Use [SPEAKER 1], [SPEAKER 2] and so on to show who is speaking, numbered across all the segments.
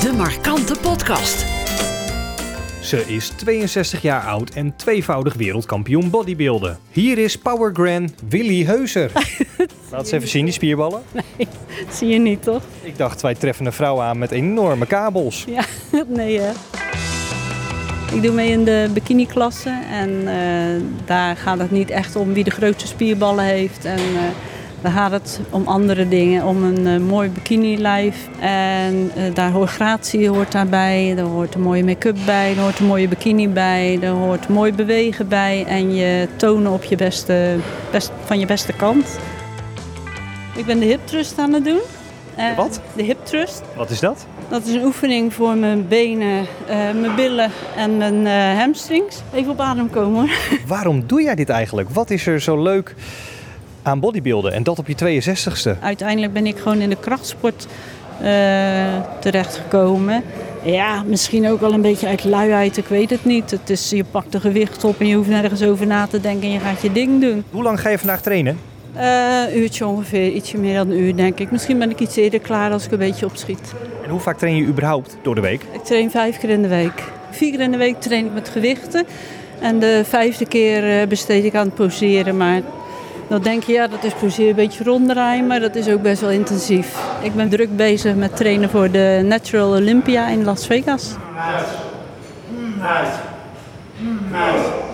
[SPEAKER 1] De Markante Podcast.
[SPEAKER 2] Ze is 62 jaar oud en tweevoudig wereldkampioen bodybuilden. Hier is Power Gran Willy Heuser. Laat ze even zien, die spierballen.
[SPEAKER 3] Zie je niet, toch?
[SPEAKER 2] Ik dacht, wij treffen een vrouw aan met enorme kabels.
[SPEAKER 3] Ja, nee hè. Ik doe mee in de bikini-klasse en eh, daar gaat het niet echt om wie de grootste spierballen heeft. En eh, daar gaat het om andere dingen, om een eh, mooi bikini-lijf. En eh, daar hoort gratie hoort daarbij, daar hoort een mooie make-up bij, daar hoort een mooie bikini bij, daar hoort mooi bewegen bij en je tonen op je beste, best, van je beste kant. Ik ben de hip thrust aan het doen. Eh,
[SPEAKER 2] wat?
[SPEAKER 3] De hip thrust.
[SPEAKER 2] Wat is dat?
[SPEAKER 3] Dat is een oefening voor mijn benen, eh, mijn billen en mijn eh, hamstrings. Even op adem komen hoor.
[SPEAKER 2] Waarom doe jij dit eigenlijk? Wat is er zo leuk aan bodybuilden? En dat op je 62ste.
[SPEAKER 3] Uiteindelijk ben ik gewoon in de krachtsport eh, terechtgekomen. Ja, misschien ook wel een beetje uit luiheid, ik weet het niet. Het is, je pakt een gewicht op en je hoeft nergens over na te denken en je gaat je ding doen.
[SPEAKER 2] Hoe lang ga je vandaag trainen?
[SPEAKER 3] Eh, Een uurtje ongeveer, ietsje meer dan een uur denk ik. Misschien ben ik iets eerder klaar als ik een beetje opschiet.
[SPEAKER 2] En hoe vaak train je überhaupt door de week?
[SPEAKER 3] Ik train vijf keer in de week. Vier keer in de week train ik met gewichten. En de vijfde keer eh, besteed ik aan het poseren. Maar dan denk je, ja, dat is poseren een beetje ronddraaien. Maar dat is ook best wel intensief. Ik ben druk bezig met trainen voor de Natural Olympia in Las Vegas.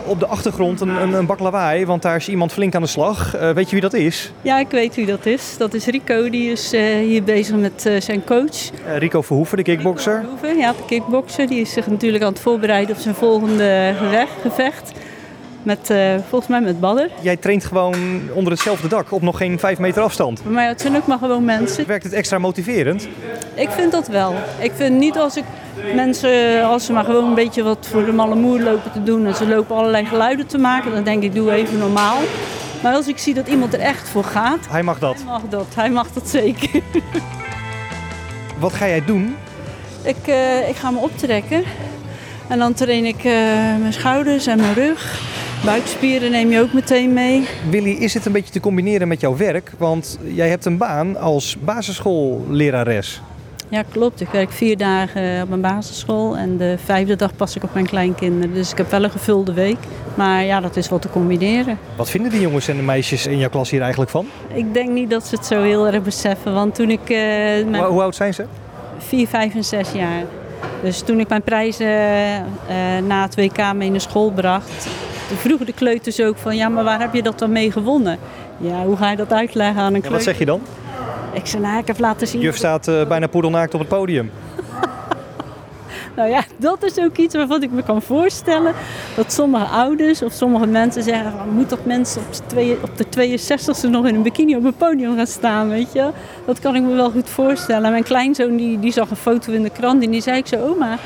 [SPEAKER 2] Op de achtergrond een, een, een bak lawaai, want daar is iemand flink aan de slag. Eh, weet je wie dat is?
[SPEAKER 3] Ja, ik weet wie dat is. Dat is Rico. Die is eh, hier bezig met eh, zijn coach.
[SPEAKER 2] Eh, Rico Verhoeven, de kickbokser.
[SPEAKER 3] Verhoeven, Ja, de kickbokser. Die is zich natuurlijk aan het voorbereiden op zijn volgende gevecht. gevecht. Met, eh, volgens mij met Badder.
[SPEAKER 2] Jij traint gewoon onder hetzelfde dak, op nog geen 5 meter afstand.
[SPEAKER 3] Maar ja, het zijn ook maar gewoon mensen.
[SPEAKER 2] Werkt het extra motiverend?
[SPEAKER 3] Ik vind dat wel. Ik vind niet als ik mensen, als ze maar gewoon een beetje wat voor de malle moer lopen te doen en ze lopen allerlei geluiden te maken, dan denk ik, doe even normaal. Maar als ik zie dat iemand er echt voor gaat,
[SPEAKER 2] Hij mag dat.
[SPEAKER 3] hij mag dat. Hij mag dat zeker.
[SPEAKER 2] Wat ga jij doen?
[SPEAKER 3] Ik, eh, ik ga me optrekken en dan train ik eh, mijn schouders en mijn rug. Buikspieren neem je ook meteen mee.
[SPEAKER 2] Willy, is dit een beetje te combineren met jouw werk? Want jij hebt een baan als basisschoollerares.
[SPEAKER 3] Ja, klopt. Ik werk vier dagen op mijn basisschool en de vijfde dag pas ik op mijn kleinkinderen. Dus ik heb wel een gevulde week. Maar ja, dat is wel te combineren.
[SPEAKER 2] Wat vinden die jongens en de meisjes in jouw klas hier eigenlijk van?
[SPEAKER 3] Ik denk niet dat ze het zo heel erg beseffen, want toen ik eh,
[SPEAKER 2] Hoe,
[SPEAKER 3] mijn
[SPEAKER 2] hoe oud zijn ze?
[SPEAKER 3] 4, 5 en 6 jaar. Dus toen ik mijn prijzen eh, eh, na het WK mee naar school bracht, toen vroegen de kleuters ook van ja, maar waar heb je dat dan mee gewonnen? Ja, hoe ga je dat uitleggen aan een
[SPEAKER 2] En wat
[SPEAKER 3] kleuter?
[SPEAKER 2] zeg je dan?
[SPEAKER 3] Ik zei, nou, ik heb laten zien.
[SPEAKER 2] Juf staat eh, bijna poedelnaakt op het podium.
[SPEAKER 3] Nou ja, dat is ook iets waarvan ik me kan voorstellen. Dat sommige ouders of sommige mensen zeggen, van, moet dat mensen op, z'n twee- op de 62ste nog in een bikini op een podium gaan staan, weet je. wel? Dat kan ik me wel goed voorstellen. Mijn kleinzoon die, die zag een foto in de krant en die zei ik zo, oma,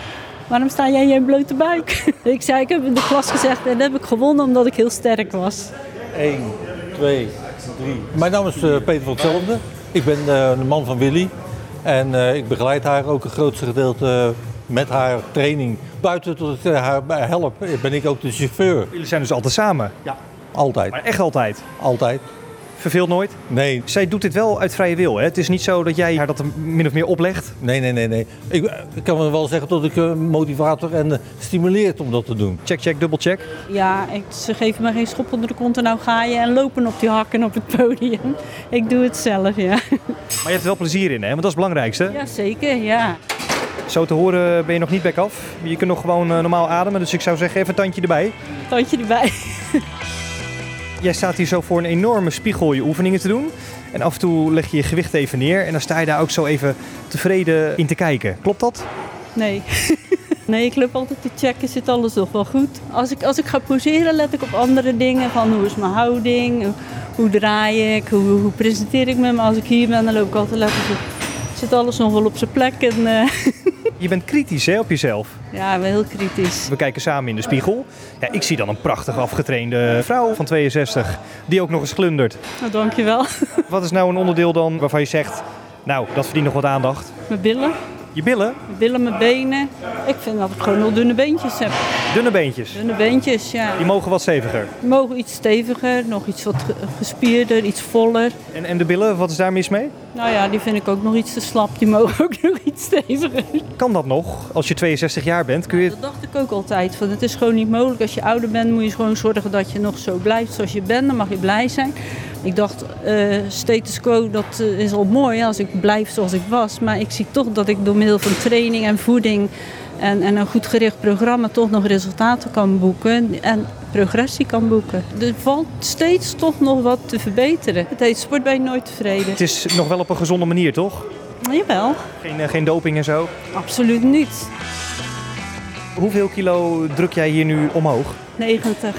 [SPEAKER 3] waarom sta jij in je blote buik? ik zei, ik heb in de klas gezegd en dat heb ik gewonnen omdat ik heel sterk was.
[SPEAKER 4] 1, 2, 3. Mijn naam is eh, Peter van Zelden. Ik ben eh, de man van Willy. En eh, ik begeleid haar ook het grootste gedeelte eh, met haar training. Buiten dat ik eh, haar bij- help, eh, ben ik ook de chauffeur.
[SPEAKER 2] Jullie zijn dus altijd samen.
[SPEAKER 4] Altijd,
[SPEAKER 2] Maar echt altijd.
[SPEAKER 4] altijd.
[SPEAKER 2] Verveelt nooit.
[SPEAKER 4] Nee,
[SPEAKER 2] Zij doet dit wel uit vrije wil. Hè? Het is niet zo dat jij haar dat min of meer oplegt.
[SPEAKER 4] nee, nee, nee. nee. Ik, eh, ik kan wel zeggen dat ik eh, motivator en eh, stimuleert om dat te doen.
[SPEAKER 2] Check, check, dubbel check.
[SPEAKER 3] Ja, ik, ze geven me geen schop onder de kont en nou ga je en lopen op die hakken op het podium. ik doe het zelf, ja.
[SPEAKER 2] Maar je hebt er wel plezier in, hè? Want dat is het belangrijkste.
[SPEAKER 3] Jazeker, ja.
[SPEAKER 2] Zo te horen ben je nog niet back af. Je kunt nog gewoon eh, normaal ademen. Dus ik zou zeggen, even een tandje erbij.
[SPEAKER 3] Tandje erbij.
[SPEAKER 2] Jij staat hier zo voor een enorme spiegel je oefeningen te doen. En af en toe leg je je gewicht even neer. En dan sta je daar ook zo even tevreden in te kijken. Klopt dat?
[SPEAKER 3] Nee. Nee, ik loop altijd te checken, zit alles toch wel goed. Als ik, als ik ga poseren, let ik op andere dingen. Van hoe is mijn houding, hoe, hoe draai ik, hoe, hoe presenteer ik me. Maar als ik hier ben, dan loop ik altijd lekker zo. Zit alles nog wel op zijn plek? En, eh,
[SPEAKER 2] Je bent kritisch hè, op jezelf.
[SPEAKER 3] ja, wel heel kritisch.
[SPEAKER 2] We kijken samen in de spiegel. Ja, ik zie dan een prachtig afgetrainde vrouw van 62. Die ook nog eens glundert.
[SPEAKER 3] Nou, dankjewel.
[SPEAKER 2] Wat is nou een onderdeel dan waarvan je zegt... Nou, dat verdient nog wat aandacht.
[SPEAKER 3] Mijn billen.
[SPEAKER 2] Je billen?
[SPEAKER 3] Billen, mijn benen. Ik vind dat ik gewoon heel dunne beentjes heb.
[SPEAKER 2] Dunne beentjes.
[SPEAKER 3] Dunne beentjes, ja.
[SPEAKER 2] Die mogen wat steviger.
[SPEAKER 3] Die mogen iets steviger, nog iets wat ge- gespierder, iets voller.
[SPEAKER 2] En, en de billen, wat is daar mis mee?
[SPEAKER 3] Nou ja, die vind ik ook nog iets te slap. Die mogen ook nog iets steviger.
[SPEAKER 2] Kan dat nog? Als je 62 jaar bent, kun je...
[SPEAKER 3] Dat dacht ik ook altijd. Van, het is gewoon niet mogelijk. Als je ouder bent, moet je gewoon zorgen dat je nog zo blijft zoals je bent. Dan mag je blij zijn. Ik dacht, eh, status quo, dat eh, is al mooi als ik blijf zoals ik was. Maar ik zie toch dat ik door middel van training en voeding en, en een goed gericht programma toch nog resultaten kan boeken. En progressie kan boeken. Er valt steeds toch nog wat te verbeteren. Het heet sport ben je nooit tevreden.
[SPEAKER 2] Het is nog wel op een gezonde manier, toch?
[SPEAKER 3] Jawel,
[SPEAKER 2] Geen, eh, geen doping en zo.
[SPEAKER 3] absoluut niet.
[SPEAKER 2] Hoeveel kilo druk jij hier nu omhoog?
[SPEAKER 3] 90.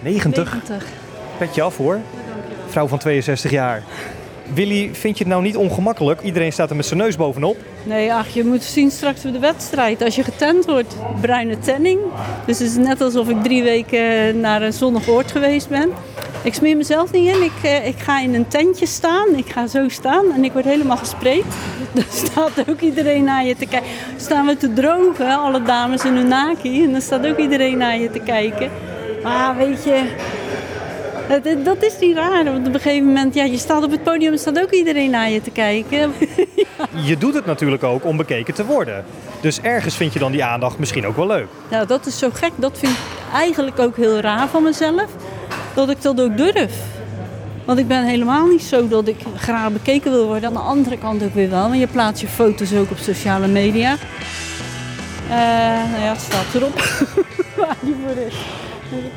[SPEAKER 2] 90?
[SPEAKER 3] 90.
[SPEAKER 2] Petje af hoor. Vrouw van 62 jaar. Willy, vind je het nou niet ongemakkelijk? Iedereen staat er met zijn neus bovenop.
[SPEAKER 3] Nee, ach, je moet zien straks bij de wedstrijd. Als je getent wordt, bruine tanning. Dus het is net alsof ik drie weken naar een zonnig oord geweest ben. Ik smeer mezelf niet in. Ik, eh, ik ga in een tentje staan. Ik ga zo staan en ik word helemaal gespreid. Dan staat ook iedereen naar je te kijken. Staan we te drogen, alle dames in hun naki. En dan staat ook iedereen naar je te kijken. Maar weet je, dat, dat- dat is niet raar. Want op een gegeven moment, ja, je staat op het podium en staat ook iedereen naar je te kijken.
[SPEAKER 2] Je doet het natuurlijk ook om bekeken te worden. Dus ergens vind je dan die aandacht misschien ook wel leuk.
[SPEAKER 3] Nou, dat is zo gek. Dat vind ik eigenlijk ook heel raar van mezelf. Dat ik dat ook durf. Want ik ben helemaal niet zo dat ik graag bekeken wil worden. Aan de andere kant ook weer wel. Want je plaatst je foto's ook op sociale media. Eh, nou ja, het staat erop. Waar die voor is.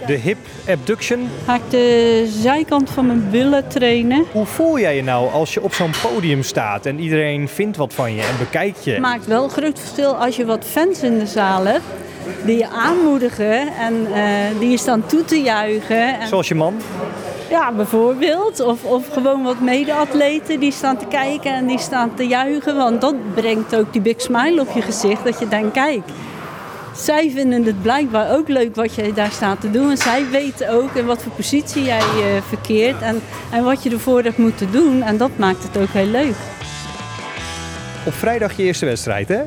[SPEAKER 2] De hip abduction.
[SPEAKER 3] Ga ik de zijkant van mijn billen trainen.
[SPEAKER 2] Hoe voel jij je nou als je op zo'n podium staat en iedereen vindt wat van je en bekijkt je?
[SPEAKER 3] Het maakt wel een groot verschil als je wat fans in de zaal hebt. Die je aanmoedigen en eh, die je staan toe te juichen. En
[SPEAKER 2] Zoals je man?
[SPEAKER 3] Ja, bijvoorbeeld. Of, of gewoon wat mede-atleten die staan te kijken en die staan te juichen. Want dat brengt ook die big smile op je gezicht. Dat je denkt, kijk, zij vinden het blijkbaar ook leuk wat jij daar staat te doen. En zij weten ook in wat voor positie jij eh, verkeert en, en wat je ervoor hebt moeten doen. En dat maakt het ook heel leuk.
[SPEAKER 2] Op vrijdag je eerste wedstrijd, hè?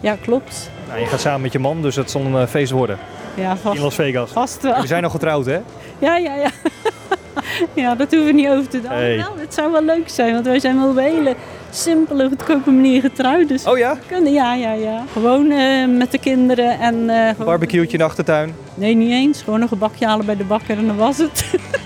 [SPEAKER 3] Ja, klopt.
[SPEAKER 2] Nou, je gaat samen met je man, dus dat zal een eh, feest worden.
[SPEAKER 3] Ja,
[SPEAKER 2] In
[SPEAKER 3] vast,
[SPEAKER 2] Las Vegas.
[SPEAKER 3] vast wel.
[SPEAKER 2] We zijn al getrouwd, hè?
[SPEAKER 3] Ja, ja, ja. Ja, dat hoeven we niet over te doen.
[SPEAKER 2] Hey.
[SPEAKER 3] Nou, het zou wel leuk zijn, want wij zijn wel op een hele simpele, goedkope manier getrouwd. Dus
[SPEAKER 2] Oh ja?
[SPEAKER 3] Kunnen, ja, ja, ja. Gewoon eh, met de kinderen en... eh, gewoon-
[SPEAKER 2] Barbecueetje in de achtertuin.
[SPEAKER 3] Nee, niet eens. Gewoon een gebakje halen bij de bakker en dan was het.